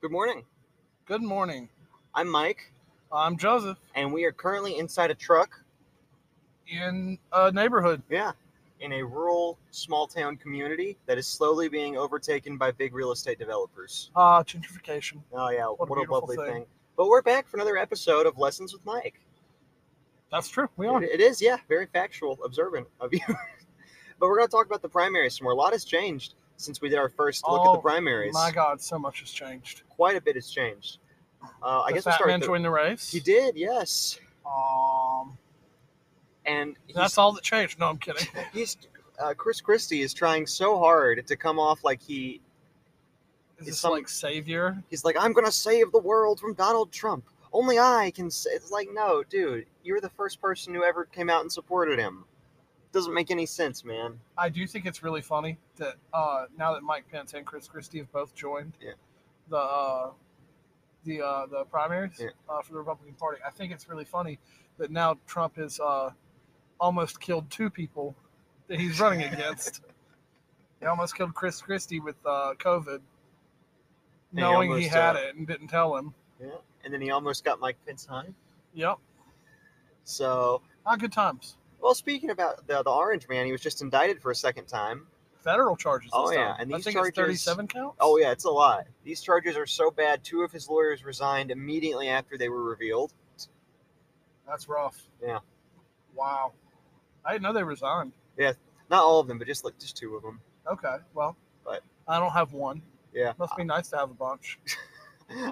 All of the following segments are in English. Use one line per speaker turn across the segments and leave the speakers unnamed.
Good morning.
Good morning.
I'm Mike,
I'm Joseph
and we are currently inside a truck.
in a neighborhood.
Yeah. In a rural, small town community that is slowly being overtaken by big real estate developers.
Ah, gentrification.
Oh, yeah.
What
What,
a
a,
beautiful
lovely
thing.
thing. But we're back for another episode of Lessons with Mike.
That's true. We
It-
are.
it is, yeah. Very factual, observant of you. but we're going to talk about the primaries some more. A lot has changed since we did our first look at
Oh,
the primaries.
My God, so much has changed.
Quite a bit has changed. Uh, I
the
guess
fat
we'll start.
man
with the-
joined the race.
He did, yes.
Um,
And he's
that's all that changed. No, I'm kidding.
he's uh, Chris Christie is trying so hard to come off like he
Is
It's
this
some-
like savior?
he's like I'm gonna save the world from Donald Trump. Only I can. Say. It's like no, dude, you're the first person who ever came out and supported him. Doesn't make any sense, man.
I do think it's really funny that uh, now that Mike Pence and Chris Christie have both joined
Yeah.
the uh, the uh, the primaries
Yeah.
uh, for the Republican Party, I think it's really funny that now Trump has uh, almost killed two people that he's running against. He almost killed Chris Christie with uh, COVID,
he
knowing he,
almost,
had
uh,
it and didn't tell him.
Yeah. And then he almost got Mike Pence high.
Yep,
So,
not good times.
well, speaking about the the Orange Man, he was just indicted for a second time.
Federal charges. This
Oh, yeah,
time.
and
I
these
think
charges-
it's thirty-seven counts.
Oh yeah, it's a lot. These charges are so bad. Two of his lawyers resigned immediately after they were revealed.
that's rough.
Yeah.
Wow, I didn't know they resigned.
Not all of them, but just like just two of them.
Okay, well,
But-
I don't have one.
Yeah.
Must be nice to have a bunch.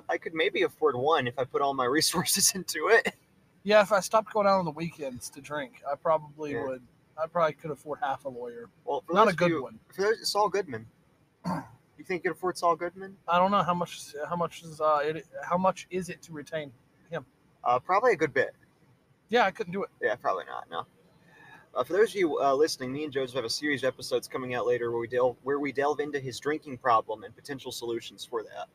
I could maybe afford one if I put all my resources into it.
Yeah, if I stopped going out on the weekends to drink, I probably
Yeah.
would. I probably could afford half a lawyer.
Well, for
Not
those
a good
of you,
one.
For those, Saul Goodman. You think you could afford Saul Goodman?
I don't know how much. How much is uh? It, how much is it to retain?
Uh, probably a good bit.
Yeah, I couldn't do it.
Yeah, probably not. No. Uh, for those of you uh, listening, me and Joseph have a series of episodes coming out later where we delve where we delve into his drinking problem and potential solutions for that.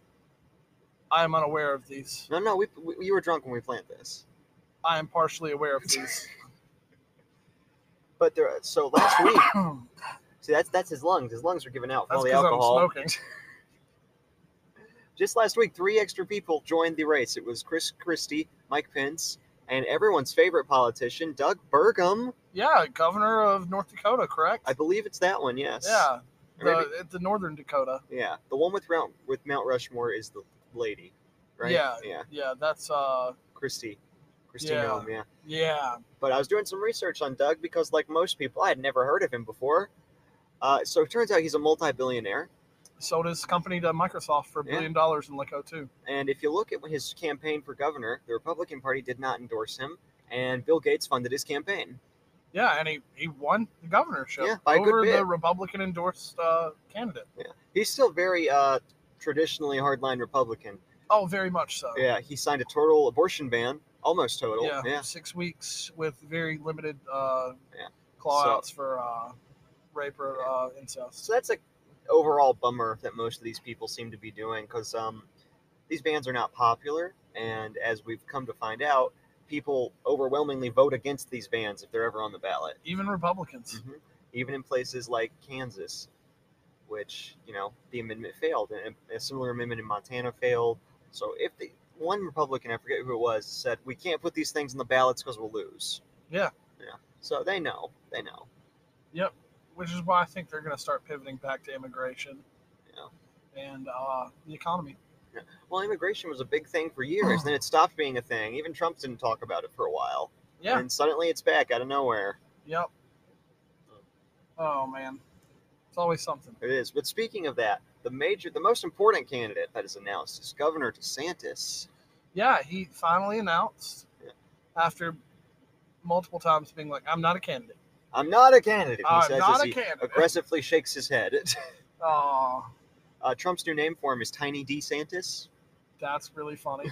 I am unaware of these.
No, no, we, we you were drunk when we planned this.
I am partially aware of these.
But there, so last week,
that's
see that's that's his lungs. His lungs are giving out from all the
because I'm
alcohol.
smoking.
just last week, three extra people joined the race. It was Chris Christie, Mike Pence, and everyone's favorite politician, Doug Burgum.
Yeah, governor of North Dakota, correct?
I believe it's that one. Yes.
yeah,
Or maybe-
the, the northern Dakota.
yeah. The one with Mount with Mount Rushmore is the lady, right?
Yeah.
Yeah.
Yeah, that's uh,
Christie. Christie
Yeah.
Noem, yeah.
yeah.
But I was doing some research on Doug because, like most people, I had never heard of him before. Uh, so it turns out he's a multi-billionaire.
sold his company to Microsoft for a
Yeah.
billion dollars in like 02.
And if you look at when his campaign for governor, the Republican Party did not endorse him, and Bill Gates funded his campaign.
Yeah, and he, he won the governorship
Yeah, by a good
over the
bit.
Republican endorsed uh, candidate.
He's still very uh, traditionally hardline Republican.
Oh, very much so.
Yeah, he signed a total abortion ban, almost total.
Yeah,
Yeah,
six weeks with very limited uh,
Yeah. So-
clawouts for uh, rape or uh, incest.
so that's a overall bummer that most of these people seem to be doing because um, these bans are not popular, and as we've come to find out, people overwhelmingly vote against these bans if they're ever on the ballot,
Even Republicans.
Mhm. even in places like Kansas, which you know the amendment failed, and a similar amendment in Montana failed. So if the one Republican, I forget who it was, said we can't put these things in the ballots because we'll lose.
Yeah.
Yeah. So they know. They know.
Which is why I think they're going to start pivoting back to immigration
Yeah.
and uh, the economy.
Well, immigration was a big thing for years, then it stopped being a thing. Even Trump didn't talk about it for a while.
Yeah.
And suddenly it's back out of nowhere.
Yep. Oh, man. It's always something.
It is. But speaking of that, the major, the most important candidate that is announced is Governor DeSantis.
Yeah, he finally announced
Yeah.
after multiple times being like, "I'm not a candidate.
I'm not a candidate, he
I'm
says
not
as
a
he
candidate."
aggressively shakes his head.
Oh,
Uh, Trump's new name for him is Tiny DeSantis.
that's really funny.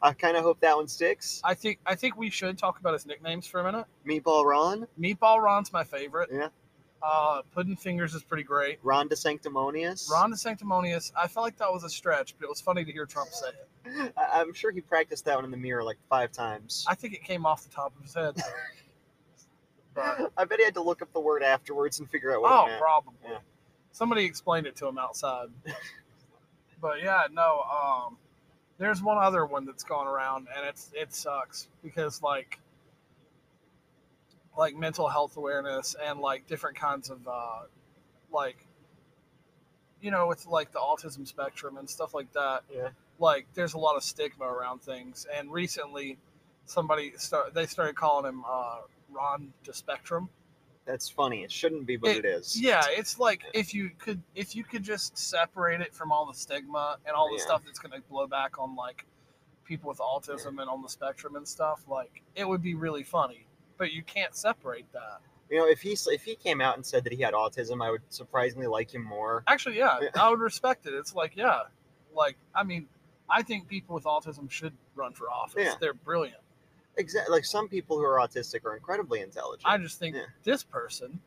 I kind of hope that one sticks.
I think I think we should talk about his nicknames for a minute.
Meatball Ron,
Meatball Ron's my favorite.
Yeah.
Uh, Puddin Fingers is pretty great.
Ron DeSanctimonious.
Ron the Sanctimonious. I felt like that was a stretch, but it was funny to hear Trump say it.
I- I'm sure he practiced that one in the mirror like five times.
I think it came off the top of his head. but,
I bet he had to look up the word afterwards and figure out what
oh,
it meant.
probably.
Yeah.
Somebody explained it to him outside. But yeah, no. Um, there's one other one that's gone around, and it's it sucks because like like mental health awareness and like different kinds of uh, like you know with like the autism spectrum and stuff like that.
Yeah.
Like there's a lot of stigma around things, and recently somebody start they started calling him uh, Ron to Spectrum.
That's funny. It shouldn't be, but it is.
Yeah, it's like if you could if you could just separate it from all the stigma and all the
Yeah.
stuff that's gonna blow back on like people with autism and on the spectrum and stuff, like it would be really funny. But you can't separate that.
You know, if he if he came out and said that he had autism, I would surprisingly like him more.
Actually, yeah,
Yeah.
I would respect it. It's like, yeah. Like I mean, I think people with autism should run for office.
Yeah.
They're brilliant.
Exactly. Like some people who are autistic are incredibly intelligent.
I just think
Yeah.
this person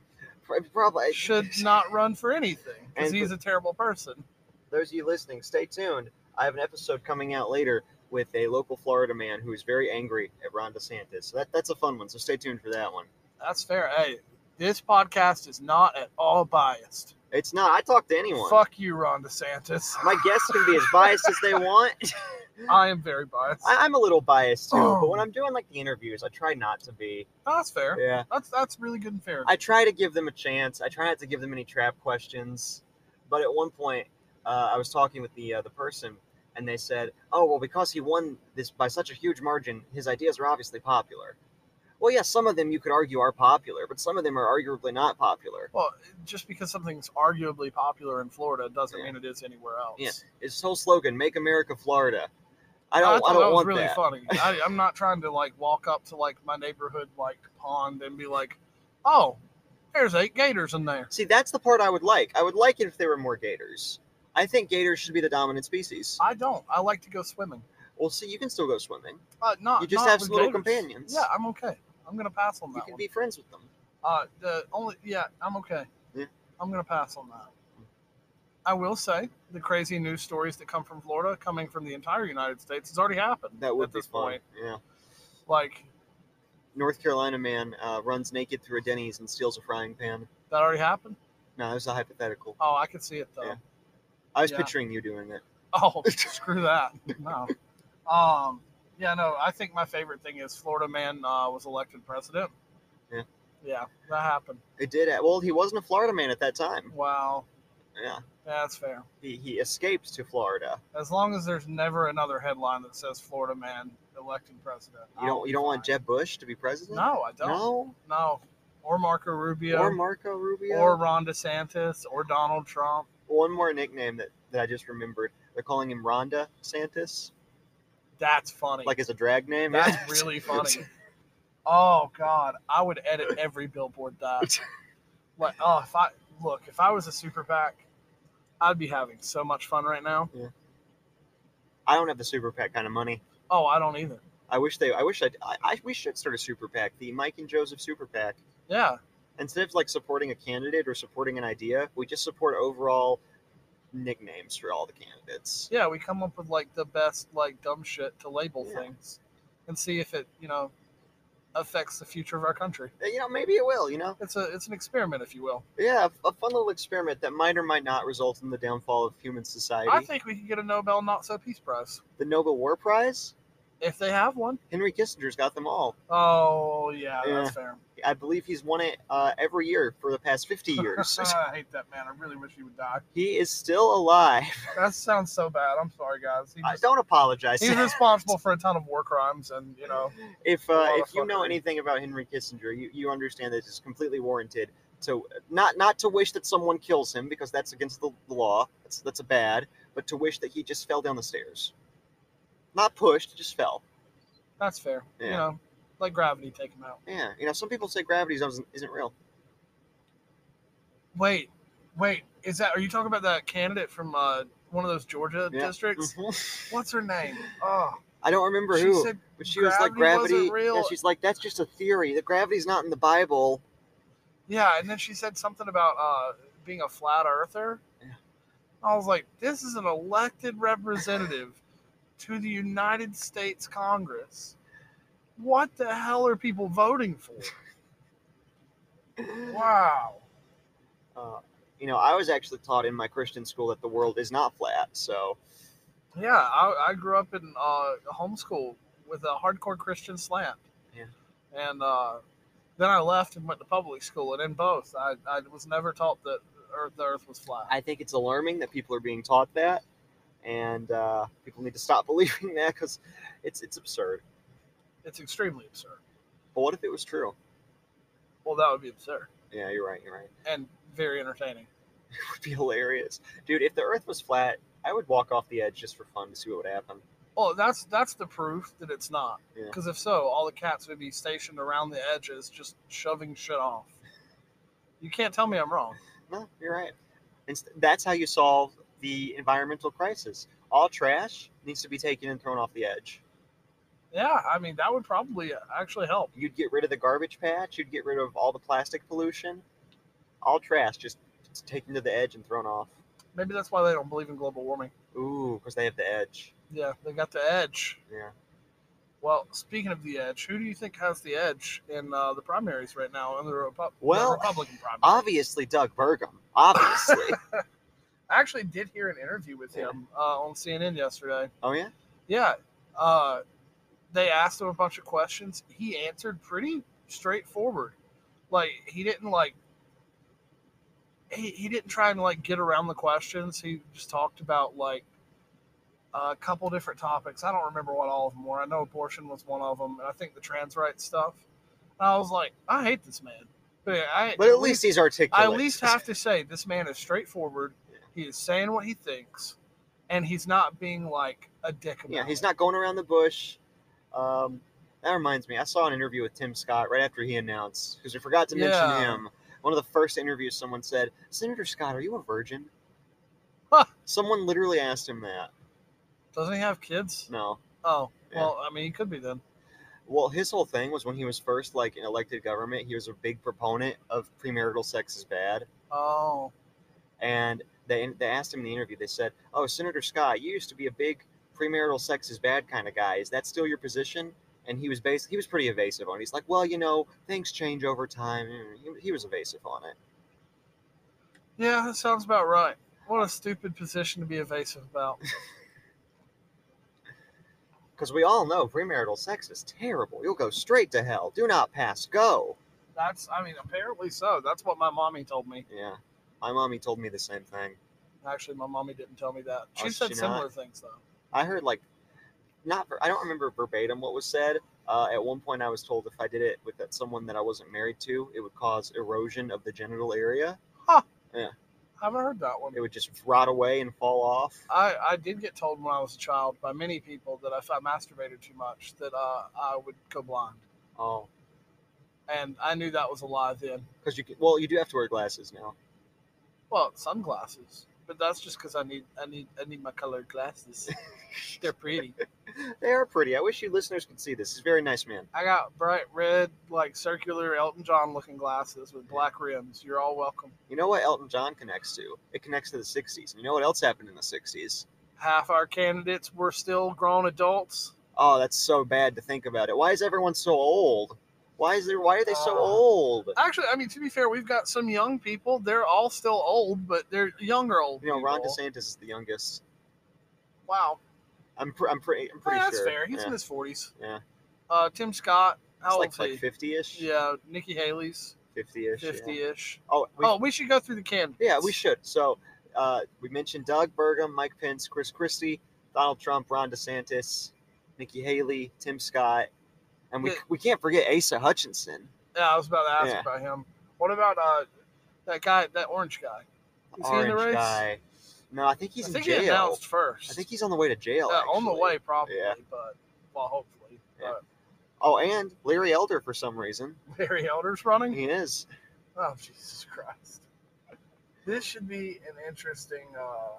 Pro- probably
should not run for anything because
And-
he's a terrible person.
Those of you listening, stay tuned. I have an episode coming out later with a local Florida man who is very angry at Ron DeSantis. So that, that's a fun one. So stay tuned for that one.
That's fair. Hey, this podcast is not at all biased.
It's not. I talk to anyone.
Fuck you, Ron DeSantis.
My guests can be as biased as they want.
I am very biased.
I, I'm a little biased too,
Oh.
but when I'm doing like the interviews, I try not to be.
No, that's fair.
Yeah.
That's that's really good and fair.
I try to give them a chance. I try not to give them any trap questions. But at one point, uh, I was talking with the uh, the person, and they said, "Oh well, because he won this by such a huge margin, his ideas are obviously popular." Well, yes, some of them you could argue are popular, but some of them are arguably not popular.
well, just because something's arguably popular in Florida doesn't
Yeah.
mean it is anywhere else.
Yeah. His whole slogan, "Make America Florida," I
I
don't,
thought
I don't
that was
want
really
that.
funny. I, I'm not trying to like walk up to like my neighborhood like pond and be like, "Oh, there's eight gators in there."
See, that's the part I would like. I would like it if there were more gators. I think gators should be the dominant species.
I don't. I like to go swimming.
Well, see, you can still go swimming.
Uh, not
You just
not
have
with
little
gators.
companions.
Yeah, I'm okay. I'm gonna pass on
You
that
can
one.
be friends with them.
Uh, the only yeah, I'm okay.
Yeah.
I'm gonna pass on that. I will say the crazy news stories that come from Florida, coming from the entire United States, has already happened.
That would
at
be
this
fun.
point.
Yeah.
Like
North Carolina man uh, runs naked through a Denny's and steals a frying pan.
that already happened.
No, that was a hypothetical.
Oh, I could see it though.
Yeah. I was
Yeah.
picturing you doing it.
Oh, screw that. No. Um. Yeah. No. I think my favorite thing is Florida man uh, was elected president.
Yeah.
Yeah, that happened.
It did. Well, he wasn't a Florida man at that time.
Wow.
Yeah,
That's fair.
he, he escaped to Florida.
As long as there's never another headline that says Florida man elected president.
You
I'll
don't
be
you don't want
fine.
Jeb Bush to be president?
No, I don't.
No?
No. Or Marco Rubio.
Or
Or,
Marco Rubio.
Ron DeSantis. Or Donald Trump.
one more nickname that, that I just remembered. They're calling him Rhonda Santis,
That's funny.
like as a drag name.
That's really funny. Oh God, I would edit every billboard that. Like, oh, if I look, if I was a super PAC, I'd be having so much fun right now.
I don't have the super PAC kind of money.
Oh, I don't either.
I wish they. I wish I'd, I. I. We should start a super PAC, the Mike and Joseph super PAC.
Yeah,
instead of like supporting a candidate or supporting an idea, we just support overall nicknames for all the candidates.
yeah, we come up with like the best like dumb shit to label
Yeah.
things, and see if it you know affects the future of our country.
And, You know, maybe it will. You know,
It's a it's an experiment, if you will.
yeah, a, a fun little experiment that might or might not result in the downfall of human society.
I think we could get a Nobel Not So Peace Prize
the Nobel War Prize.
if they have one.
Henry Kissinger's got them all.
Oh yeah,
Yeah.
that's fair.
I believe he's won it uh, every year for the past fifty years.
I hate that man. I really wish he would die.
he is still alive.
That sounds so bad. I'm sorry, guys. He
I
just,
don't apologize.
he's responsible for a ton of war crimes, and you know,
if
a
uh,
lot of
if you know
fuckery.
anything about Henry Kissinger, you, you understand that it's completely warranted to not not to wish that someone kills him because that's against the the law. That's that's a bad, but to wish that he just fell down the stairs, not pushed, just fell.
that's fair. You
Yeah.
know, let gravity take him out.
Yeah, you know, some people say gravity isn't, isn't real.
Wait, wait. Is that? Are you talking about that candidate from uh, one of those Georgia
Yeah.
districts?
Mhm.
What's her name? Oh,
I don't remember
she
who,
said
but she was like gravity.
gravity wasn't
Yeah,
real.
she's like that's just a theory. The gravity's not in the Bible.
yeah, and then she said something about uh, being a flat earther.
Yeah.
I was like, this is an elected representative to the United States Congress. What the hell are people voting for? Wow.
Uh, you know, I was actually taught in my Christian school that the world is not flat. So
Yeah, I, I grew up in uh, homeschool with a hardcore Christian slant.
Yeah.
And uh, then I left and went to public school, and in both, I, I was never taught that earth, the Earth was flat.
I think it's alarming that people are being taught that, and uh, people need to stop believing that because it's it's absurd.
it's extremely absurd.
But what if it was true?
Well, that would be absurd
Yeah, you're right. You're right.
and very entertaining.
It would be hilarious, dude. If the Earth was flat, I would walk off the edge just for fun to see what would happen.
Well, Oh, that's that's the proof that it's not.
Yeah.
Because if so, all the cats would be stationed around the edges, just shoving shit off. You can't tell me I'm wrong.
No, you're right. And s- that's how you solve the environmental crisis. All trash needs to be taken and thrown off the edge.
Yeah, I mean that would probably actually help.
You'd get rid of the garbage patch. You'd get rid of all the plastic pollution. All trash just taken to the edge and thrown off.
Maybe that's why they don't believe in global warming.
Ooh, because they have the edge.
Yeah, they got the edge.
Yeah.
Well, speaking of the edge, who do you think has the edge in uh, the primaries right now in the, Repu-
Well,
the Republican primary?
Obviously, Doug Burgum. Obviously.
I actually did hear an interview with him uh, on CNN yesterday.
oh yeah.
Yeah. Uh, they asked him a bunch of questions. He answered pretty straightforward. Like he didn't like he, he didn't try and like get around the questions. He just talked about like a couple different topics. I don't remember what all of them were. I know abortion was one of them, and I think the trans rights stuff. And I was like, I hate this man. But I
But at least he's
I
articulate.
at least have to say this man is straightforward.
Yeah.
He is saying what he thinks, and he's not being like a dick about
Yeah, he's
it.
not going around the bush. Um, that reminds me, I saw an interview with Tim Scott right after he announced because we forgot to mention
Yeah.
him. One of the first interviews, someone said, "Senator Scott, are you a virgin?"
Huh.
Someone literally asked him that.
Doesn't he have kids?
No.
Oh,
Yeah.
well, I mean, he could be then.
Well, his whole thing was when he was first like in elected government, he was a big proponent of premarital sex is bad.
Oh,
and they, they asked him in the interview they said oh senator scott you used to be a big premarital sex is bad kind of guy is that still your position and he was bas- he was pretty evasive on it he's like well you know things change over time Mm, he, he was evasive on it
yeah, that sounds about right. What a stupid position to be evasive about.
because we all know premarital sex is terrible you'll go straight to hell do not pass go
That's, I mean, apparently so. That's what my mommy told me.
yeah my mommy told me the same thing
Actually, my mommy didn't tell me that. She
Oh,
said
she not?
similar things though.
i heard like not ver- i don't remember verbatim what was said uh, at one point i was told if i did it with that someone that i wasn't married to it would cause erosion of the genital area
I haven't heard that one.
it would just rot away and fall off.
I, I did get told when I was a child by many people that if I masturbated too much, that uh, I would go blind.
Oh,
and I knew that was a lie then.
because you can, well, you do have to wear glasses now.
Well, sunglasses, but that's just because I need I need I need my colored glasses. They're pretty.
They are pretty. I wish you listeners could see this. He's a very nice man.
I got bright red, like circular Elton John looking glasses with black rims. You're all welcome.
You know what Elton John connects to? It connects to the '60s. You know what else happened in the '60s?
Half our candidates were still grown adults.
Oh, that's so bad to think about it. Why is everyone so old? Why is there? Why are they so
Uh,
old?
Actually, I mean to be fair, we've got some young people. They're all still old, but they're younger old.
You know, Ron
people.
DeSantis is the youngest.
Wow,
I'm pr- I'm pretty I'm
Eh,
pretty
that's
sure.
fair. He's
yeah.
in his forties.
Yeah.
Uh, Tim Scott,
It's
how
like
old's
like 50ish,
he? Yeah, Nikki Haley's
50ish. yeah.
fifty-ish.
Oh, we,
oh, we should go through the candidates.
Yeah, we should. So uh, we mentioned Doug Burgum, Mike Pence, Chris Christie, Donald Trump, Ron DeSantis, Nikki Haley, Tim Scott, and we,
Yeah.
we can't forget Asa Hutchinson.
Yeah, I was about to ask
Yeah.
about him. What about uh, that guy, that orange guy? Is he in the
orange
race?
guy. No, I think he's
I
in
think he
jail.
announced first.
I think he's on the way to jail.
Uh, on the
actually.
way, probably,
Yeah.
but well, hopefully. Uh,
Yeah. Oh, and Larry Elder for some reason.
But Barry Elder's running.
He is.
Oh, Jesus Christ! This should be an interesting, uh,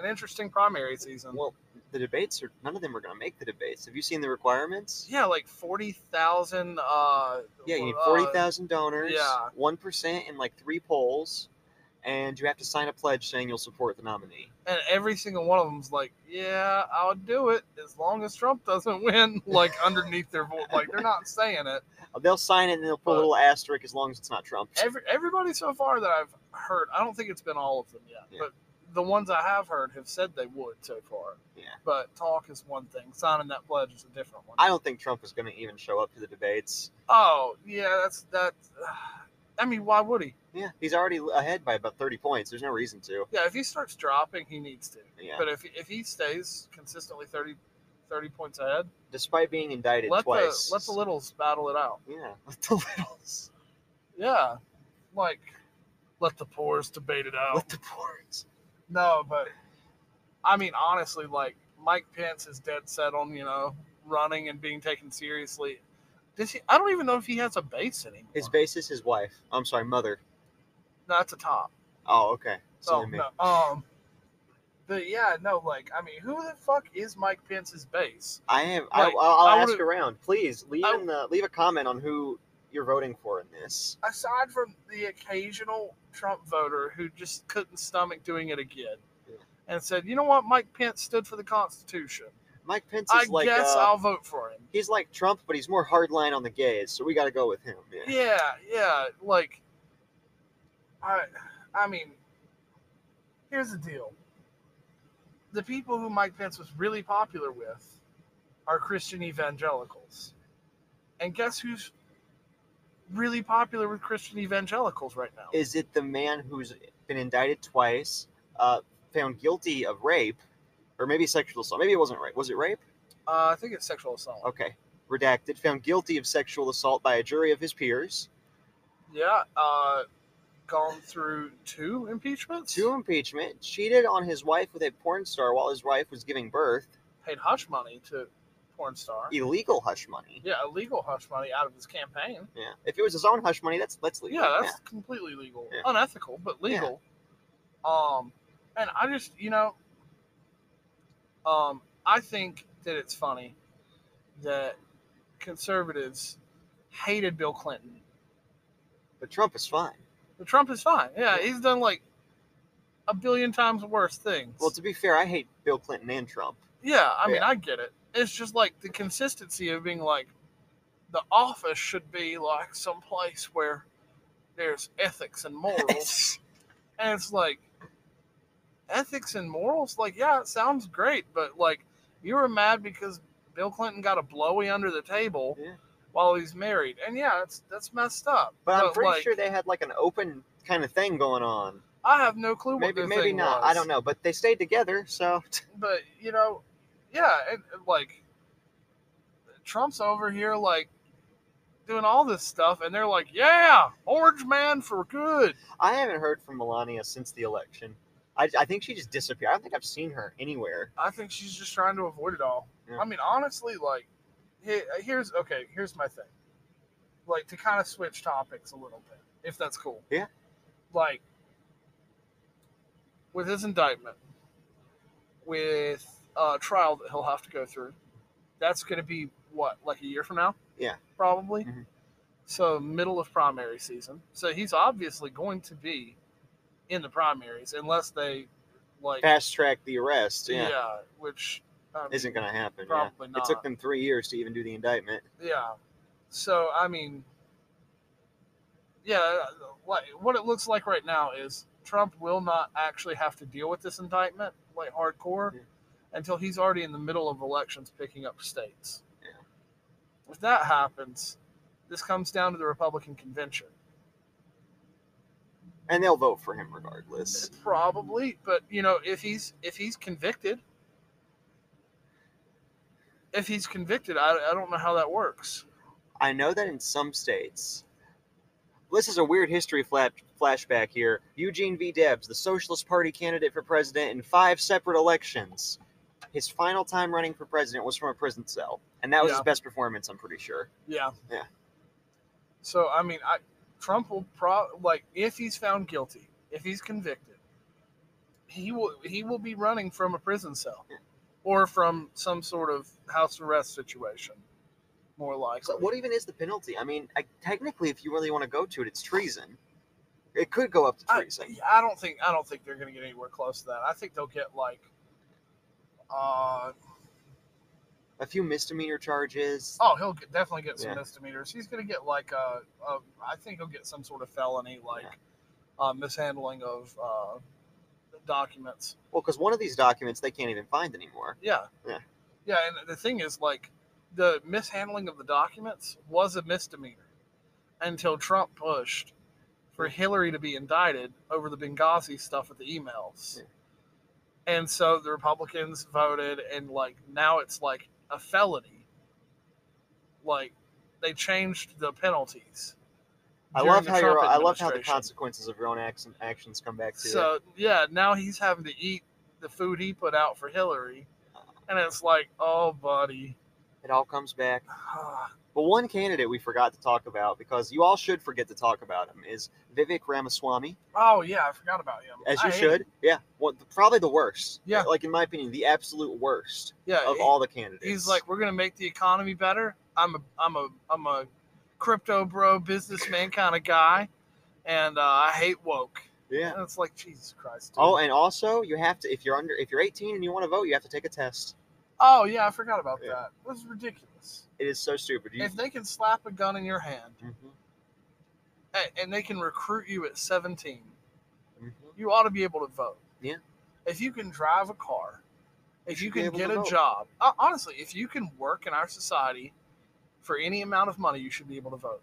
an interesting primary season.
Well, the debates are none of them are going to make the debates. Have you seen the requirements?
yeah, like forty thousand. Uh,
Yeah, you need
uh,
forty thousand donors.
yeah.
one percent in like three polls, and you have to sign a pledge saying you'll support the nominee.
and every single one of them's like, "Yeah, I'll do it as long as Trump doesn't win." Like underneath their voice, like they're not saying it.
Uh, They'll sign it and they'll put a
But-
little asterisk as long as it's not Trump.
Every everybody so far that I've heard, I don't think it's been all of them yet,
Yeah.
but the ones I have heard have said they would so far.
Yeah.
But talk is one thing; signing that pledge is a different one.
I don't think Trump is going to even show up to the debates.
oh yeah, that's that. I mean, why would he?
Yeah, he's already ahead by about 30 points. There's no reason to.
Yeah, if he starts dropping, he needs to.
Yeah.
But if if he stays consistently 30, 30 points ahead,
Despite being indicted
let
twice.
the let the littles battle it out.
yeah, let the littles.
Yeah, like let the pores debate it out.
Let the poors.
No, but I mean honestly, like Mike Pence is dead set on you know running and being taken seriously. Does he? I don't even know if he has a base anymore.
His base is his wife. I'm sorry, mother.
No, that's a top.
Oh, okay. Silly
Oh
me.
no. Um. But yeah, no, like I mean, who the fuck is Mike Pence's base?
I have.
Like,
I, I'll,
I
I'll ask
would've-
around. Please leave
I-
in the leave a comment on who you're voting for in this.
Aside from the occasional Trump voter who just couldn't stomach doing it again,
Yeah.
and said, "You know what? Mike Pence stood for the Constitution.
Mike Pence
I
is like
guess
uh,
I'll vote for him."
he's like Trump, but he's more hardline on the gays, so we got to go with him. Yeah.
Yeah, yeah. Like, I, I mean, here's the deal: the people who Mike Pence was really popular with are Christian evangelicals, and guess who's really popular with Christian evangelicals right now?
Is it the man who's been indicted twice, uh, found guilty of rape, or maybe sexual assault? Maybe it wasn't rape. Was it rape?
Uh, I think it's sexual assault.
Okay. Redacted. Found guilty of sexual assault by a jury of his peers.
Yeah. Uh, gone through two impeachments.
Two impeachment. Cheated on his wife with a porn star while his wife was giving birth.
Paid hush money to porn star.
Illegal hush money.
Yeah, illegal hush money out of his campaign.
Yeah. If it was his own hush money, that's that's legal.
Yeah, that's completely legal.
Yeah.
Unethical, but legal. Um and I just, you know, um I think that it's funny that conservatives hated Bill Clinton.
But Trump is fine.
But Trump is fine. Yeah, he's done like a billion times worse things.
Well, to be fair, I hate Bill Clinton and Trump.
yeah, I mean,
yeah.
I get it. It's just like the consistency of being like the office should be like some place where there's ethics and morals. And it's like ethics and morals, like, yeah, it sounds great, but like you were mad because Bill Clinton got a blowy under the table
Yeah.
while he's married. And yeah, that's that's messed up.
But I'm pretty
like,
sure they had like an open kind of thing going on.
I have no clue what
Maybe
their
maybe
thing
not.
was.
I don't know. But they stayed together, so
But you know, yeah, and and, like Trump's over here like doing all this stuff and they're like, Yeah, orange man for good.
I haven't heard from Melania since the election. I, I think she just disappeared. I don't think I've seen her anywhere.
I think she's just trying to avoid it all.
Yeah.
I mean, honestly, like, he- here's okay. Here's my thing. Like to kind of switch topics a little bit, if that's cool.
Yeah.
Like with his indictment, with a trial that he'll have to go through, that's going to be what like a year from now.
Yeah.
Probably.
Mhm.
So middle of primary season. So he's obviously going to be in the primaries unless they like
Fast track the arrest. Yeah,
yeah. which um,
isn't going to happen. yeah.
probably
It
not.
took them three years to even do the indictment.
yeah. So I mean, yeah, like what it looks like right now is Trump will not actually have to deal with this indictment like hardcore
Yeah.
until he's already in the middle of elections picking up states.
Yeah.
If that happens, this comes down to the Republican convention.
And they'll vote for him regardless.
Probably, but you know, if he's if he's convicted, if he's convicted, I, I don't know how that works.
I know that in some states, this is a weird history flat, flashback here. Eugene V. Debs, the Socialist Party candidate for president in five separate elections, his final time running for president was from a prison cell, and that was
Yeah.
his best performance, I'm pretty sure.
Yeah.
Yeah.
So I mean, I Trump will pro like if he's found guilty, if he's convicted, he will he will be running from a prison cell
Yeah.
or from some sort of house arrest situation, more likely.
So, what even is the penalty? I mean, I, technically, if you really want to go to it, it's treason. It could go up to
I,
treason.
I don't think I don't think they're going to get anywhere close to that. I think they'll get like, uh,
A few misdemeanor charges.
oh, he'll get, definitely get some
Yeah.
misdemeanors. He's going to get like a, a, I think he'll get some sort of felony like
Yeah.
uh, mishandling of uh, documents.
Well, because one of these documents they can't even find anymore.
Yeah.
Yeah.
Yeah, and the thing is, like, the mishandling of the documents was a misdemeanor until Trump pushed for Hillary to be indicted over the Benghazi stuff with the emails.
Yeah.
And so the Republicans voted, and like now it's like a felony. Like they changed the penalties.
I
during
love
the
how you're,
Trump
I love how the
administration.
consequences of your own acts, actions come back to you.
So yeah, now he's having to eat the food he put out for Hillary, and it's like, oh, buddy,
It all comes back. But one candidate we forgot to talk about because you all should forget to talk about him is Vivek Ramaswamy,
oh yeah, I forgot about him.
as
I
you
hate
should.
him.
Yeah, well, probably the worst.
Yeah.
like in my opinion, the absolute worst
Yeah,
of
he-
all the candidates.
he's like, we're gonna make the economy better. I'm a, I'm a, I'm a crypto bro, businessman kind of guy, and uh, I hate woke.
yeah.
And it's like Jesus Christ. dude.
Oh, and also you have to if you're under if you're 18 and you want to vote, you have to take a test.
oh yeah, I forgot about
Yeah.
that. It was ridiculous.
It is so stupid. You,
If they can slap a gun in your hand
Mhm,
and, and they can recruit you at 17,
mhm.
you ought to be able to vote.
Yeah.
If you can drive a car, if
should
you
be
can
able
get
to
a
vote.
job, uh, honestly, if you can work in our society for any amount of money, you should be able to vote.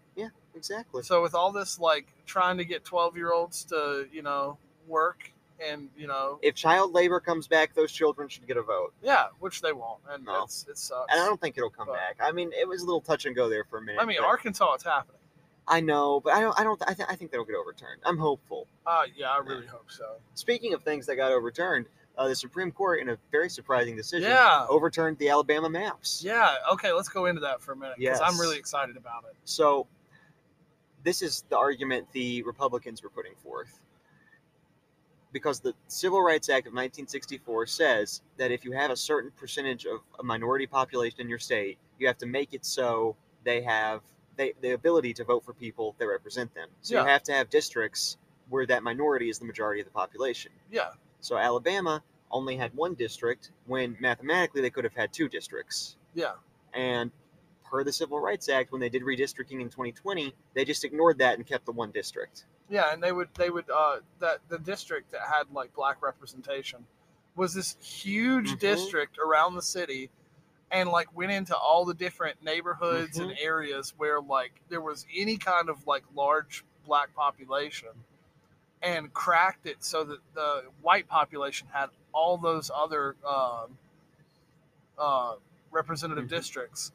exactly.
So with all this like trying to get 12-year-olds to, you know, work and, you know,
If child labor comes back, those children should get a vote.
yeah, which they won't and
No.
it's it sucks.
And I don't think it'll come
But-
back. I mean, it was a little touch and go there for a minute.
I mean,
but
Arkansas it's happening.
I know, but I don't. I don't. I, th- I think that'll get overturned. I'm hopeful.
Uh yeah, I really hope so.
Speaking of things that got overturned, uh, the Supreme Court, in a very surprising decision,
Yeah.
overturned the Alabama maps.
Yeah, okay, let's go into that for a minute cuz I'm
Yes.
really excited about it.
So, this is the argument the Republicans were putting forth. Because the Civil Rights Act of 1964 says that if you have a certain percentage of a minority population in your state, you have to make it so they have they, the ability to vote for people that represent them. So,
Yeah.
you have to have districts where that minority is the majority of the population.
Yeah.
So Alabama only had one district when mathematically they could have had two districts.
Yeah.
And per the Civil Rights Act, when they did redistricting in 2020, they just ignored that and kept the one district.
Yeah, and they would they would uh that the district that had like black representation was this huge
Mhm.
district around the city and like went into all the different neighborhoods and areas where like there was any kind of like large black population and cracked it so that the white population had all those other um uh representative
Mhm.
districts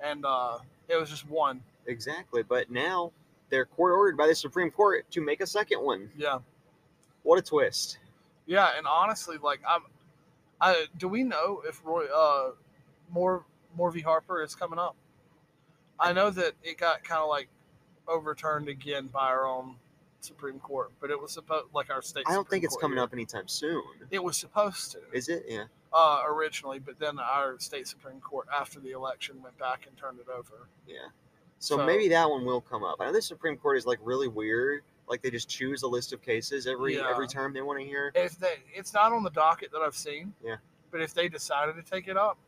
and uh it was just one
Exactly. But now they're court ordered by the Supreme Court to make a second one.
yeah
What a twist.
Yeah, and honestly, like I'm, I do we know if Roy uh, more Morvey Harper is coming up? I know that it got kind of like overturned again by our own Supreme Court, but it was supposed like our state.
I don't
Supreme
think it's
Court
coming
here.
up anytime soon.
It was supposed to
Is it? Yeah.
uh, originally, but then our state Supreme Court after the election went back and turned it over.
Yeah. So,
So-
maybe that one will come up. I know the Supreme Court is like really weird. Like they just choose a list of cases every
Yeah.
every term they want to hear.
If they, it's not on the docket that I've seen.
Yeah.
But if they decided to take it up,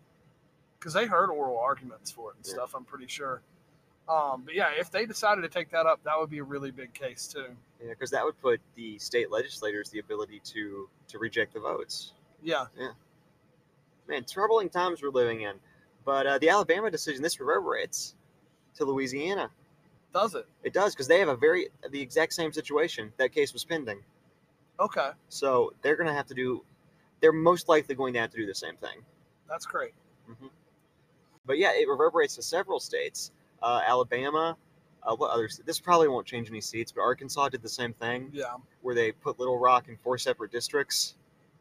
because they heard oral arguments for it and
Yeah.
stuff, I'm pretty sure. Um, but yeah, if they decided to take that up, that would be a really big case too.
Yeah, because that would put the state legislators the ability to to reject the votes.
Yeah.
Man, troubling times we're living in. But uh, the Alabama decision, this reverberates to Louisiana.
Does it?
It does because they have a very the exact same situation. That case was pending,
Okay,
so they're going to have to do. They're most likely going to have to do the same thing.
that's great.
But yeah, it reverberates to several states. Uh, Alabama, uh, what others? This probably won't change any seats, but Arkansas did the same thing
Yeah.
where they put Little Rock in four separate districts.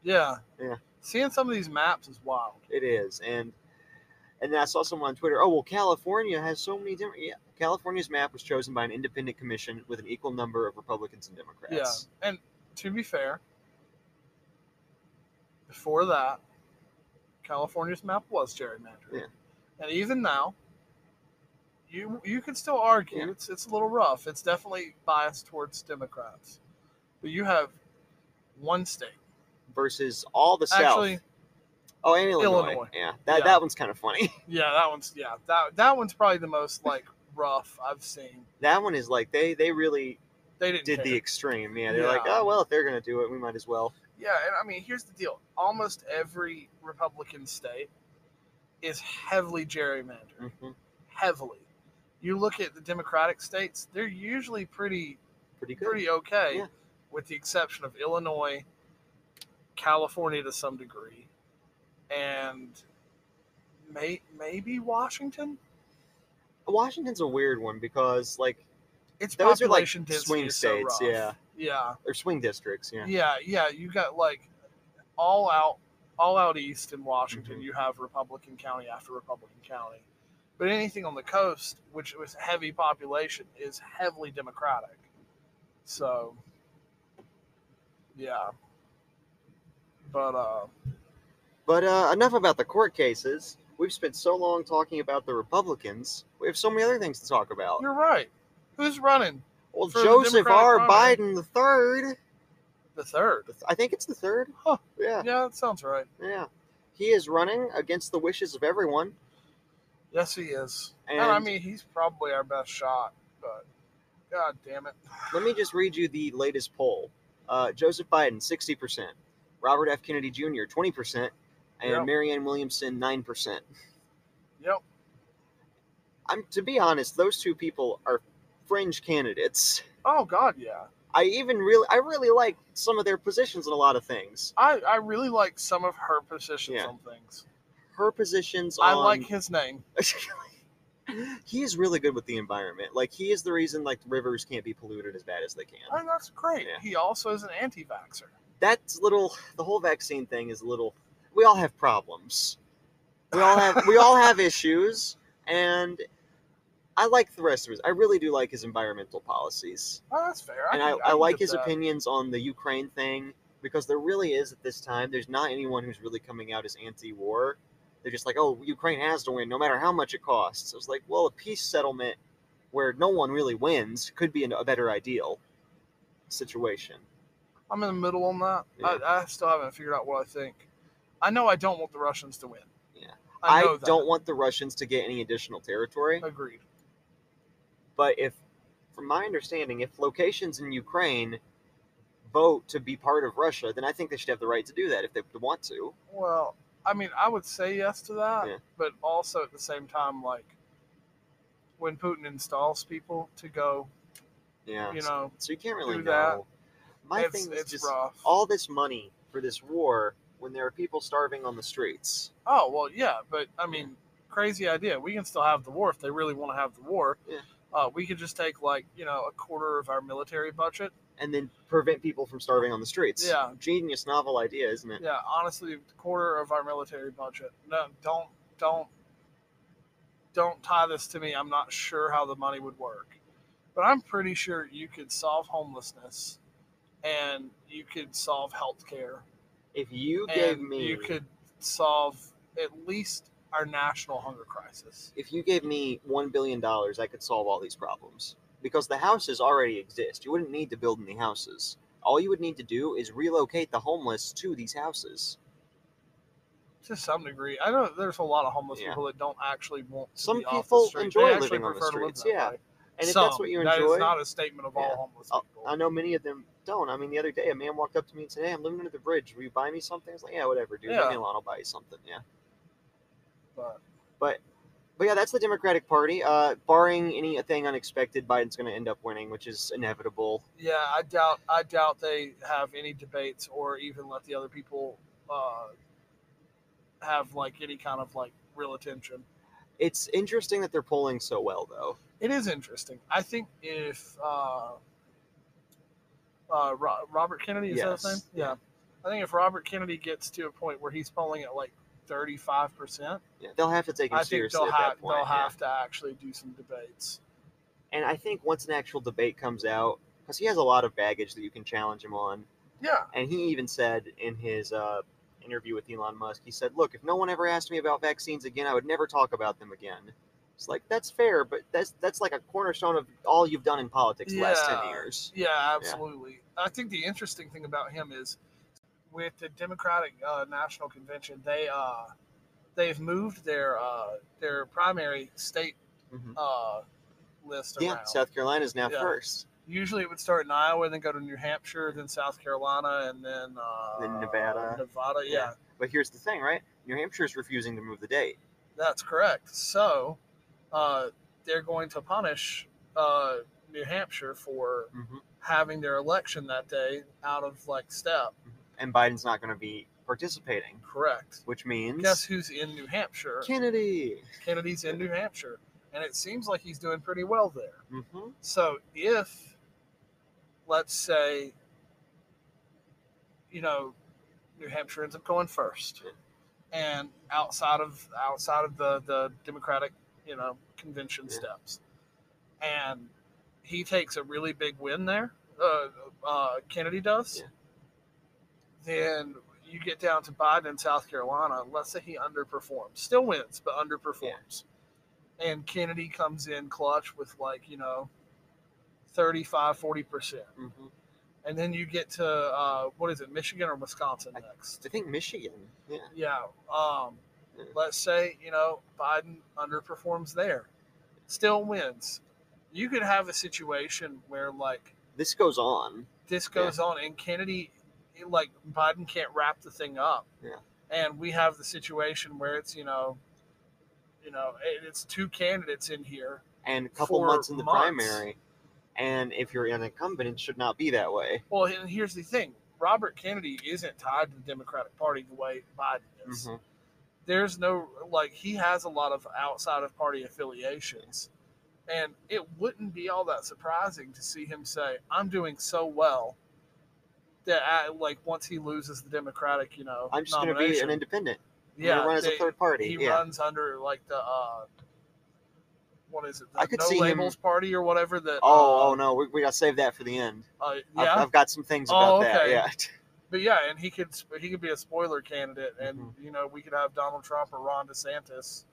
Yeah.
Yeah.
Seeing some of these maps is wild.
It is, and and then I saw someone on Twitter. Oh well, California has so many different. Yeah, California's map was chosen by an independent commission with an equal number of Republicans and Democrats.
Yeah. And to be fair, before that, California's map was gerrymandered.
Yeah.
And even now, you you can still argue
Yeah.
it's it's a little rough. It's definitely biased towards Democrats. but you have one state.
versus all the South.
Actually,
oh, and Illinois.
Illinois.
Yeah, that
Yeah.
that one's kind of funny.
yeah, that one's yeah that that one's probably the most like rough I've seen.
that one is like they they really
They didn't
did
care.
the extreme. Yeah, they're like,
Yeah.
oh well, if they're gonna do it, we might as well.
Yeah, and I mean, here's the deal: almost every Republican state is heavily gerrymandered,
Mhm.
heavily. You look at the Democratic states; they're usually pretty
Pretty good.
pretty okay,
Yeah.
with the exception of Illinois, California to some degree, and may, maybe Washington.
Washington's a weird one because like
Its
Those are, like,
population density
swing
is so
states,
rough.
yeah.
yeah.
they're swing districts. Yeah.
Yeah, yeah, you got like all out, all out east in Washington.
Mm-hmm.
You have Republican county after Republican county, but anything on the coast, which was heavy population, is heavily Democratic. So, yeah, but uh,
But uh, enough about the court cases. We've spent so long talking about the Republicans. We have so many other things to talk about.
you're right. Who's running
Well,
for the
Joseph
Democratic
R.
primary.
Biden the third.
the third?
I think it's the third.
Huh.
Yeah,
Yeah, that sounds right.
yeah. He is running against the wishes of everyone.
Yes, he is. and I
And-
mean, he's probably our best shot, but god damn it.
Let me just read you the latest poll. Uh, Joseph Biden, 60%. Robert F. Kennedy Jr., 20%. And
Yeah.
Marianne Williamson, 9%.
Yep.
I'm, to be honest, those two people are fringe candidates.
Oh god, yeah.
I even really, I really like some of their positions in a lot of things.
I, I really like some of her positions
Yeah. Um,
on things.
Her positions
I
on-
like his name.
he is really good with the environment. Like he is the reason like rivers can't be polluted as bad as they can.
And that's great.
Yeah.
He also is an anti vaxxer.
that's little the whole vaccine thing is a little we all have problems we all have we all have issues and i like the rest of his i really do like his environmental policies
Oh, that's fair.
and i,
can-
I,
can
like
get
his
that.
opinions on the ukraine thing because there really is at this time there's not anyone who's really coming out as anti-war they're just like oh ukraine has to win no matter how much it costs i was like well a peace settlement where no one really wins could be an- a better ideal situation
I'm in the middle on that.
Yeah.
I, I still haven't figured out what I think. I know I don't want the Russians to win.
Yeah.
I,
I,
know that.
don't want the Russians to get any additional territory.
Agreed.
But if, from my understanding, if locations in Ukraine vote to be part of Russia, then I think they should have the right to do that if they want to.
Well, I mean, I would say yes to that,
Yeah.
but also at the same time, like when Putin installs people to go,
Yeah.
you
so-
know,
so you can't really
do
know.
that.
My
it's,
thing is
it's
just
rough.
all this money for this war when there are people starving on the streets.
Oh well, yeah, but I mean, crazy idea. We can still have the war if they really want to have the war.
Yeah.
Uh, we could just take like you know a quarter of our military budget.
And then prevent people from starving on the streets.
Yeah.
Genius novel idea, isn't it?
Yeah, honestly, a quarter of our military budget. No, don't don't don't tie this to me. I'm not sure how the money would work, but I'm pretty sure you could solve homelessness, and you could solve healthcare,
If you gave
and
me
you could solve at least our national hunger crisis.
if you gave me one billion dollars, I could solve all these problems because the houses already exist. You wouldn't need to build any houses. All you would need to do is relocate the homeless to these houses.
to some degree. I know there's a lot of homeless
Yeah.
people that don't actually want to
Some
be off
people
the street.
enjoy
they actually
living on the
prefer to live
streets,
that
yeah.
way.
And if
Some.
that's what you
that
enjoy,
is not a statement of
Yeah.
all homeless
Oh,
people.
I know many of them don't. I mean, the other day, a man walked up to me and said, "Hey, I'm living under the bridge. Will you buy me something?" I was like, "Yeah, whatever, dude. Leave
Yeah.
me alone. I'll buy you something." Yeah.
but
But yeah, that's the Democratic Party. Uh, barring anything unexpected, Biden's going to end up winning, which is inevitable.
yeah, I doubt I doubt they have any debates or even let the other people uh, have like any kind of like real attention.
It's interesting that they're polling so well, though.
It is interesting. I think if uh, uh, Ro- Robert Kennedy is that his name?
Yes.
Yeah, I think if Robert Kennedy gets to a point where he's polling at like thirty five percent.
Yeah, they'll have to take him
I think
seriously
they'll
at that
have
point.
they'll
yeah.
have to actually do some debates.
And I think once an actual debate comes out, because he has a lot of baggage that you can challenge him on,
Yeah,
and he even said in his uh, interview with Elon Musk, he said, "Look, if no one ever asked me about vaccines again, I would never talk about them again." It's like that's fair, but that's that's like a cornerstone of all you've done in politics the last ten
Yeah.
years.
Yeah, absolutely. I think the interesting thing about him is with the Democratic uh, National Convention, they uh, they've moved their uh, their primary state
Mhm.
uh, list
Yeah,
around.
South Carolina's now
Yeah.
first,
Usually, it would start in Iowa, then go to New Hampshire, then South Carolina, and then uh,
Then Nevada.
Nevada, yeah,
Yeah. but here's the thing, right? New Hampshire's refusing to move the date.
that's correct. So uh, they're going to punish uh, New Hampshire for
hmm
having their election that day out of like step.
and Biden's not going to be participating,
Correct.
which means
Guess who's in New Hampshire?
Kennedy.
Kennedy's in New Hampshire, and it seems like he's doing pretty well there.
hmm
So if, let's say, you know, New Hampshire ends up going first, and outside of outside of the the Democratic, you know, convention
Yeah.
steps, and he takes a really big win there. Uh, uh, Kennedy does.
Yeah.
Then you get down to Biden in South Carolina. Let's say he underperforms, still wins, but underperforms. And Kennedy comes in clutch with like, you know, 35, 40%.
hmm
And then you get to, uh, what is it, Michigan or Wisconsin
I-
next?
I think Michigan. Yeah.
Yeah. Um,
Yeah.
let's say, you know, Biden underperforms there, still wins. You could have a situation where like
This goes on.
this goes on and Kennedy, like Biden can't wrap the thing up.
Yeah.
And we have the situation where it's, you know, you know, it- it's two candidates in here.
and a couple
for
months in the
months.
primary. And if you're an incumbent, it should not be that way.
Well, and here's the thing Robert Kennedy isn't tied to the Democratic Party the way Biden is.
Mhm.
There's no, like, he has a lot of outside of party affiliations. And it wouldn't be all that surprising to see him say, I'm doing so well that, I, like, once he loses the Democratic, you know,
I'm just going to be
nomination,
an independent. I'm
yeah,
going to run as
they-
a third party.
he
Yeah.
runs under, like, the, uh, what is it? The
I could
no
see him-
labels party or whatever that.
Oh,
uh,
oh no, we, we got to save that for the end.
uh,
I've,
yeah.
I've got some things about
Oh,
that.
okay.
Yeah.
But yeah, and he could he could be a spoiler candidate, and
Mm-hmm.
you know we could have Donald Trump or Ron DeSantis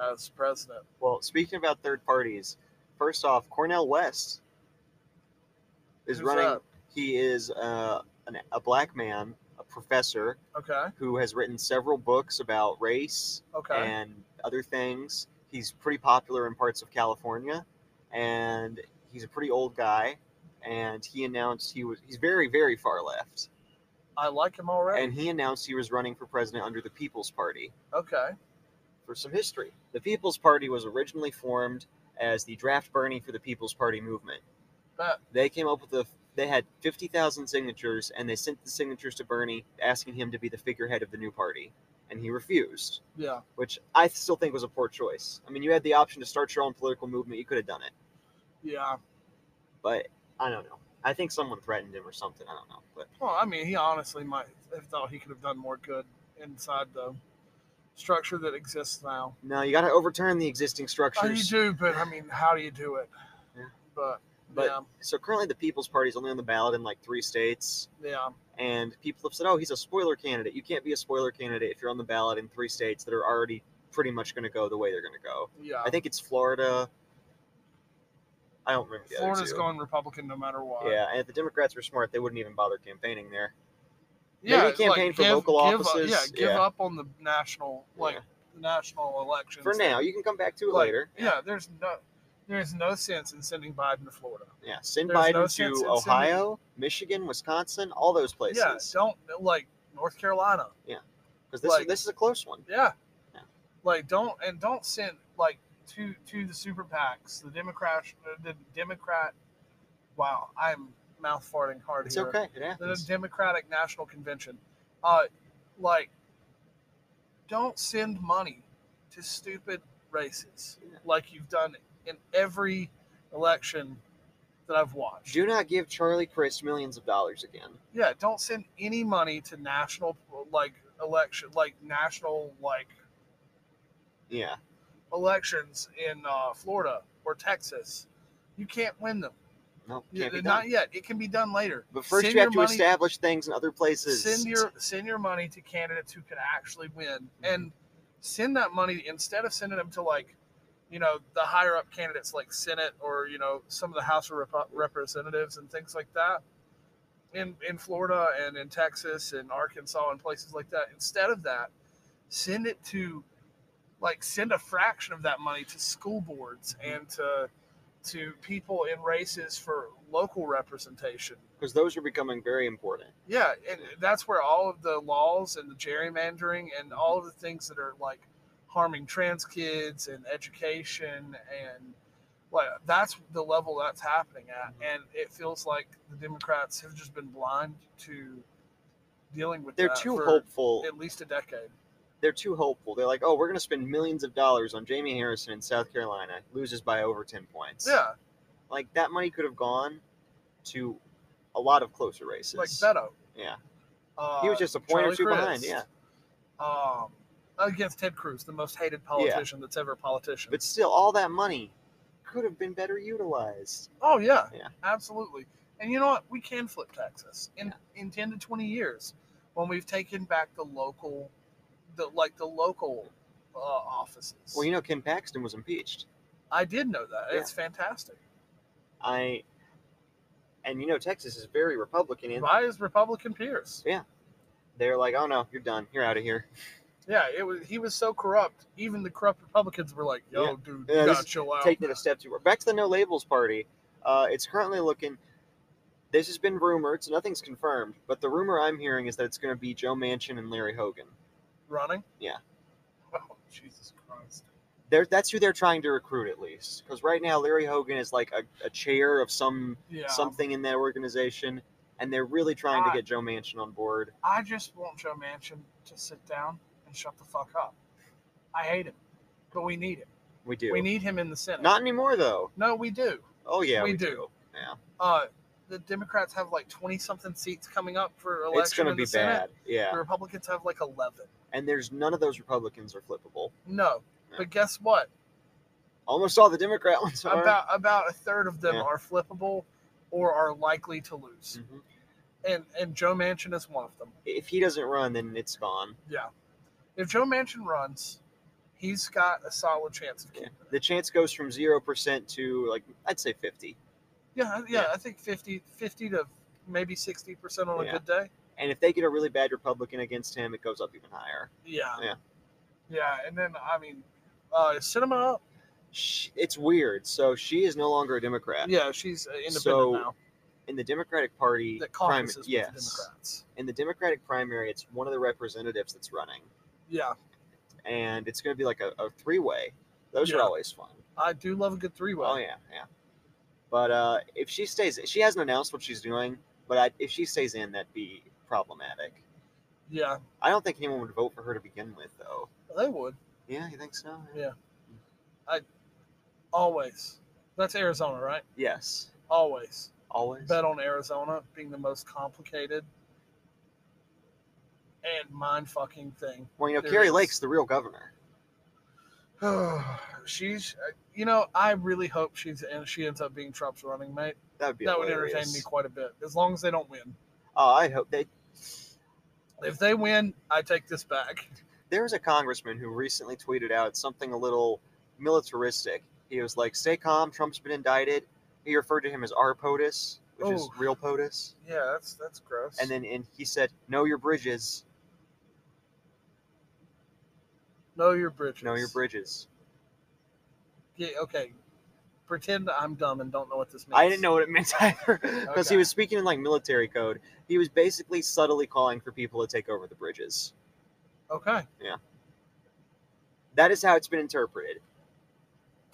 as president.
Well, speaking about third parties, first off, Cornell West is
Who's
running.
that?
He is uh, an, a black man, a professor
Okay,
who has written several books about race
okay,
and other things. He's pretty popular in parts of California, and he's a pretty old guy. And he announced he was he's very very far left,
I like him already.
and he announced he was running for president under the People's Party.
okay,
For some history, the People's Party was originally formed as the Draft Bernie for the People's Party movement.
But-
They came up with the they had 50,000 signatures and they sent the signatures to Bernie asking him to be the figurehead of the new party and he refused
yeah,
which I still think was a poor choice. I mean, you had the option to start your own political movement, you could have done it,
yeah.
but I don't know. I think someone threatened him or something. I don't know, but
Well, I mean, he honestly might have thought he could have done more good inside the structure that exists now.
no, you got to overturn the existing
Oh, you
structures.
do, but I mean, how do you do it?
Yeah.
But,
But- So currently, the People's Party is only on the ballot in like three states,
yeah, yeah,
and people have said, "Oh, he's a spoiler candidate. You can't be a spoiler candidate if you're on the ballot in three states that are already pretty much going to go the way they're going to go."
yeah.
I think it's Florida. I don't remember. The
Florida's
other
going Republican no matter what.
two. Yeah, and if the Democrats were smart, they wouldn't even bother campaigning there.
yeah,
Maybe
it's like,
campaign for
give-
local
give up-
offices.
yeah, give
Yeah.
up on the national like
Yeah.
the national elections
For now, you can come back to it
Like,
later.
Yeah. there's no there's no sense in sending Biden to Florida.
Yeah, send
There's
Biden
no
to
sense in sending-
Ohio, Michigan, Wisconsin, all those
Yeah,
places.
don't like North Carolina.
Because this,
like-
is, this is a close one.
Yeah.
Yeah.
like don't and don't send like to to the super PACs, the Democrat, the Democrat. Wow, I'm mouth farting hard
It's
here.
okay. It
the
happens.
Democratic National Convention. Uh, like, don't send money to stupid races
Yeah.
like you've done in every election that I've watched.
Do not give Charlie Crist millions of dollars again.
yeah, don't send any money to national like election, like national like
Yeah.
elections in uh, Florida or Texas. You can't win them.
No, can't be
Not
done.
yet. It can be done later.
But first,
send
you have
your
to
money-
establish things in other places.
send your send your money to candidates who can actually win and send that money instead of sending them to like you know, the higher up candidates like Senate or, you know, some of the House of Rep- Representatives and things like that in, in Florida and in Texas and Arkansas and places like that. Instead of that, send it to like send a fraction of that money to school boards and to to people in races for local representation.
because those are becoming very important.
Yeah, and that's where all of the laws and the gerrymandering and all of the things that are like harming trans kids and education and like that's the level that's happening at,
Mm-hmm.
and it feels like the Democrats have just been blind to dealing with.
They're
that
too
for
hopeful.
At least a decade.
They're too hopeful. They're like, oh, we're going to spend millions of dollars on Jamie Harrison in South Carolina, loses by over 10 points.
Yeah,
Like, that money could have gone to a lot of closer races.
like Beto.
Yeah.
Uh,
He was just a point
Charlie
or two behind.
Crist,
Yeah.
Um, against Ted Cruz, the most hated politician that's ever a politician.
But still, all that money could have been better utilized.
Oh yeah,
Yeah.
absolutely. And you know what? We can flip Texas in in ten to twenty years when we've taken back the local, the like the local uh, offices.
Well, you know, Ken Paxton was impeached.
I did know that.
Yeah.
It's fantastic.
I, and you know, Texas is very Republican, and
By his Republican peers.
they're like, oh no, you're done. You're out of here.
Yeah, it was. He was so corrupt. Even the corrupt Republicans were like, "Yo,
Yeah.
dude,
Yeah,
you
this
gotta
is
chill out."
Taking it a step too far. Back to the No Labels Party. Uh, it's currently looking. This has been rumored, so nothing's confirmed. But the rumor I'm hearing is that it's going to be Joe Manchin and Larry Hogan.
running.
Yeah.
Oh Jesus Christ.
They're, that's who they're trying to recruit, at least. Because right now, Larry Hogan is like a, a chair of some
Yeah.
something in that organization, and they're really trying to
I-
get Joe Manchin on board.
I just want Joe Manchin to sit down and shut the fuck up. I hate him, but we need him.
We do.
We need him in the Senate.
Not anymore, though.
No, we do.
Oh yeah,
we,
we,
do.
Yeah.
Uh, the Democrats have like twenty something seats coming up for election.
It's going to
in
be
the Senate.
bad. Yeah,
The Republicans have like eleven.
and there's none of those Republicans are flippable.
No,
Yeah.
but guess what?
Almost all the Democrat ones are.
About about a third of them
Yeah.
are flippable or are likely to lose,
Mhm.
and and Joe Manchin is one of them.
If he doesn't run, then it's gone.
Yeah. If Joe Manchin runs, he's got a solid chance of keeping. it.
The chance goes from zero percent to like I'd say fifty.
Yeah, yeah,
Yeah.
I think 50, 50 to maybe sixty percent on a
Yeah.
good day.
And if they get a really bad Republican against him, it goes up even higher.
Yeah.
Yeah.
Yeah, and then I mean, uh, is cinema up.
She, it's weird. So she is no longer a Democrat
Yeah, she's uh, independent
So,
now.
in the Democratic Party.
That
primary-
caucuses
yes,
with the Democrats.
in the Democratic primary, it's one of the representatives that's running,
Yeah,
and it's going to be like a, a three-way. Those are
Yeah.
always fun.
I do love a good three-way.
Oh yeah, yeah. But uh, if she stays, she hasn't announced what she's doing. But I, if she stays in, that'd be problematic.
yeah,
I don't think anyone would vote for her to begin with, though.
they would
Yeah, you think so?
Yeah. always. That's Arizona, right?
Yes,
Always
always.
bet on Arizona being the most complicated and mind-fucking thing.
well, you know,
there
Carrie
is-
Lake's the real governor.
she's, uh, you know, I really hope she's and she ends up being Trump's running mate.
That would be
that would
hilarious.
entertain me quite a bit, as long as they don't win.
Oh, I hope they.
If they win, I take this back.
There was a congressman who recently tweeted out something a little militaristic. He was like, "Stay calm. Trump's been indicted." He referred to him as our POTUS, which is
Oh.
real POTUS.
Yeah, that's that's gross.
And then, and he said, "Know your bridges.
know your bridges.
Know your bridges."
Yeah, okay. Pretend I'm dumb and don't know what this means.
I didn't know what it meant either because
Okay.
he was speaking in like military code. He was basically subtly calling for people to take over the bridges.
Okay.
That is how it's been interpreted.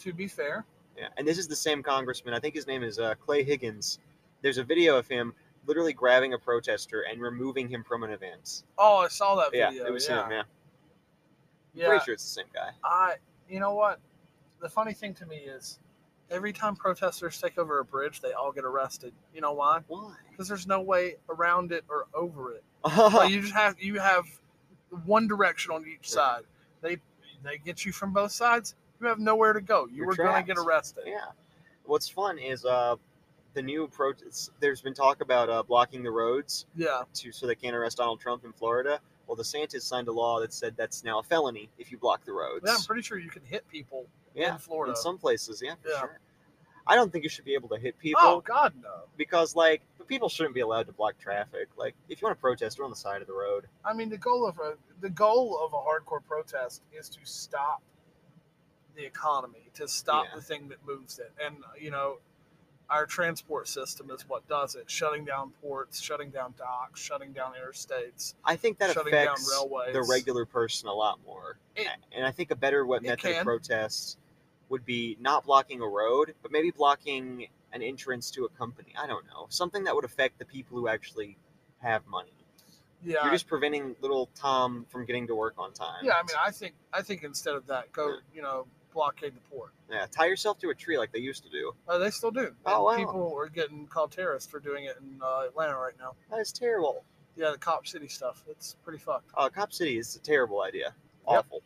To be fair,
Yeah. And this is the same congressman. I think his name is uh, Clay Higgins. There's a video of him literally grabbing a protester and removing him from an event.
oh, I saw that
Yeah,
video.
it was
yeah.
him. Yeah.
Yeah,
Pretty sure it's the same guy.
I. You know what? The funny thing to me is, every time protesters take over a bridge, they all get arrested. You know why?
Why?
Because there's no way around it or over it. Like, you just have you have one direction on each side. They they get you from both sides. You have nowhere to go. You
You're
were going to get
trapped.
arrested.
yeah. What's fun is uh, the new pro. There's been talk about uh, blocking the roads.
yeah.
to so they can't arrest Donald Trump in Florida. Well, DeSantis signed a law that said that's now a felony if you block the roads.
Yeah, I'm pretty sure you can hit people
Yeah,
in Florida. Oh,
in some places, yeah, for
Yeah.
sure. I don't think you should be able to hit people
oh God, no!
because, like, the people shouldn't be allowed to block traffic. Like, if you want to protest, we're on the side of the road.
I mean, the goal of a the goal of a hardcore protest is to stop the economy, to stop
Yeah.
the thing that moves it, and you know, our transport system is what does it. Shutting down ports, shutting down docks, shutting down interstates.
I think that
Shutting down
affects the
railways.
regular person a lot more.
It-
and I think a better what
it
method of
can.
protest would be not blocking a road, but maybe blocking an entrance to a company. I don't know. Something that would affect the people who actually have money.
Yeah,
You're just preventing little Tom from getting to work on time.
yeah. I mean, I think I think instead of that, go
Yeah.
you know blockade the port.
Yeah, tie yourself to a tree like they used to do.
Uh, they still do.
Oh, wow.
And People are getting called terrorists for doing it in uh, Atlanta right now.
That is terrible.
Yeah, the cop city stuff. It's pretty fucked.
Uh, Cop City is a terrible idea.
Yep.
Awful.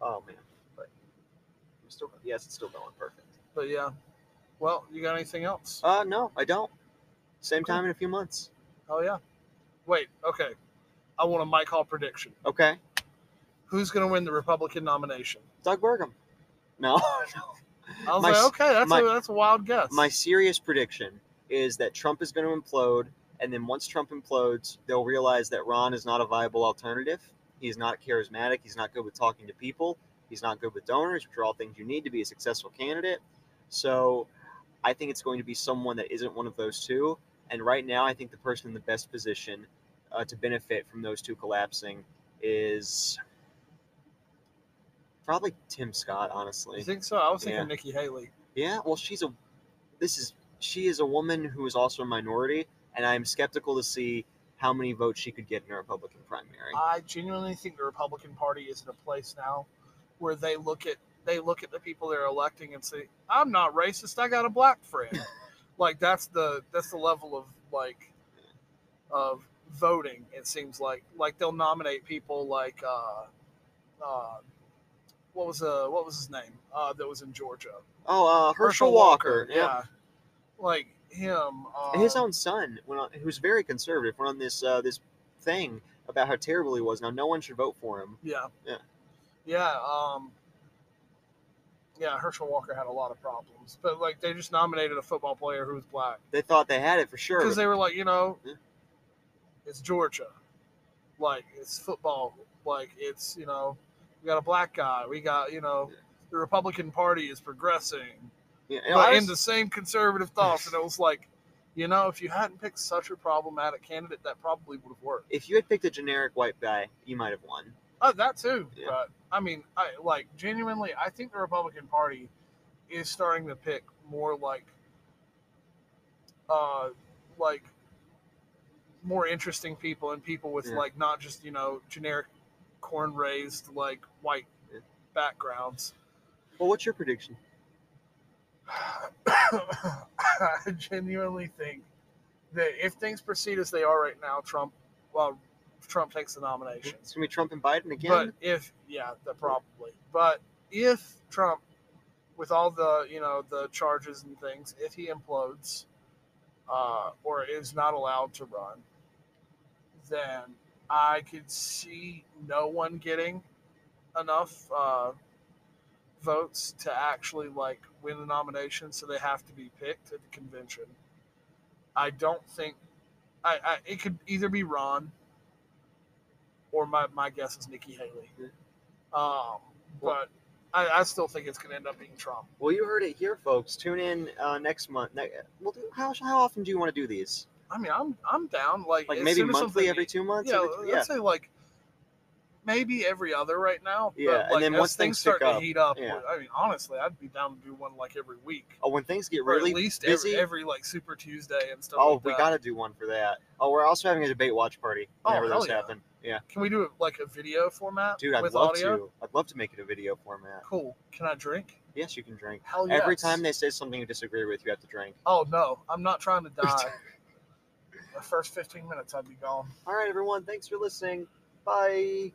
Oh man. But I'm still yes, it's still going perfect.
But yeah. Well, you got anything else?
Uh no, I don't. Same
Okay.
time in a few months.
oh yeah. Wait. Okay. I want a Mike Hall prediction.
Okay.
Who's going to win the Republican nomination?
Doug Burgum. No.
I was
My
like,
s-
okay, that's
my-
a that's a wild guess.
My serious prediction is that Trump is going to implode, and then once Trump implodes, they'll realize that Ron is not a viable alternative. He's not charismatic. He's not good with talking to people. He's not good with donors, which are all things you need to be a successful candidate. So I think it's going to be someone that isn't one of those two. And right now, I think the person in the best position uh, to benefit from those two collapsing is probably Tim Scott, honestly.
you think so? I was thinking
Yeah.
Nikki Haley.
Yeah, well, she's a. This is she is a woman who is also a minority, and I am skeptical to see how many votes she could get in a Republican primary.
I genuinely think the Republican Party is in a place now where they look at they look at the people they're electing and say, "I'm not racist. I got a black friend." like that's the that's the level of like of voting. It seems like like they'll nominate people like uh, uh, what was uh what was his name uh, that was in Georgia
oh, uh, Herschel Walker.
yeah, like him. Uh,
And his own son, went on, who's very conservative, went on this uh, this thing about how terrible he was. Now, no one should vote for him.
Yeah.
Yeah.
Yeah. Um, yeah. Herschel Walker had a lot of problems, but like they just nominated a football player who was black
They thought they had it for sure.
because they were like, you know,
Yeah.
it's Georgia, like it's football, like it's you know, we got a black guy, we got you know, the Republican Party is progressing,
yeah,
but
and I
in the
was-
same conservative thoughts, and it was like, you know, if you hadn't picked such a problematic candidate, that probably would have worked.
if you had picked a generic white guy, you might have won.
Oh, that too.
Yeah.
But I mean, I like genuinely. I think the Republican Party is starting to pick more like, uh, like more interesting people and people with
Yeah.
like not just you know generic corn raised like white
Yeah.
backgrounds.
Well, what's your prediction?
I genuinely think that if things proceed as they are right now, Trump, well, Trump takes the nomination.
It's gonna be Trump and Biden again.
But if yeah, that probably. But if Trump, with all the you know the charges and things, if he implodes, uh, or is not allowed to run, then I could see no one getting enough uh, votes to actually like win the nomination, so they have to be picked at the convention. I don't think. I, I it could either be Ron, or my, my guess is Nikki Haley.
Yeah.
Um, but I, I still think it's going to end up being Trump.
Well, you heard it here, folks. Tune in uh, next month. Ne- We'll do, how, how often do you want to do these?
I mean, I'm I'm down. Like,
Like
as
maybe
soon as
monthly,
something- e-
every two months?
Yeah,
every- yeah.
I'd say like maybe every other right now.
Yeah,
but,
and
like,
then
as
once
things
things
start
pick
to
up,
heat up,
yeah.
I mean, honestly, I'd be down to do one like every week,
Oh, when things get
or
really
at least
busy.
every every like Super Tuesday and stuff.
oh,
like
we
that.
got to do one for that. Oh, we're also having a debate watch party
Oh,
whenever
hell
those
yeah.
happen. Yeah,
Can we do it like a video format?
dude, I'd
with
love
audio?
to. I'd love to make it a video format.
Cool. Can I drink?
Yes, you can drink.
Hell yeah.
Every time they say something you disagree with, you have to drink.
Oh no, I'm not trying to die. the first 15 minutes, I'd be gone.
All right, everyone. Thanks for listening. Bye.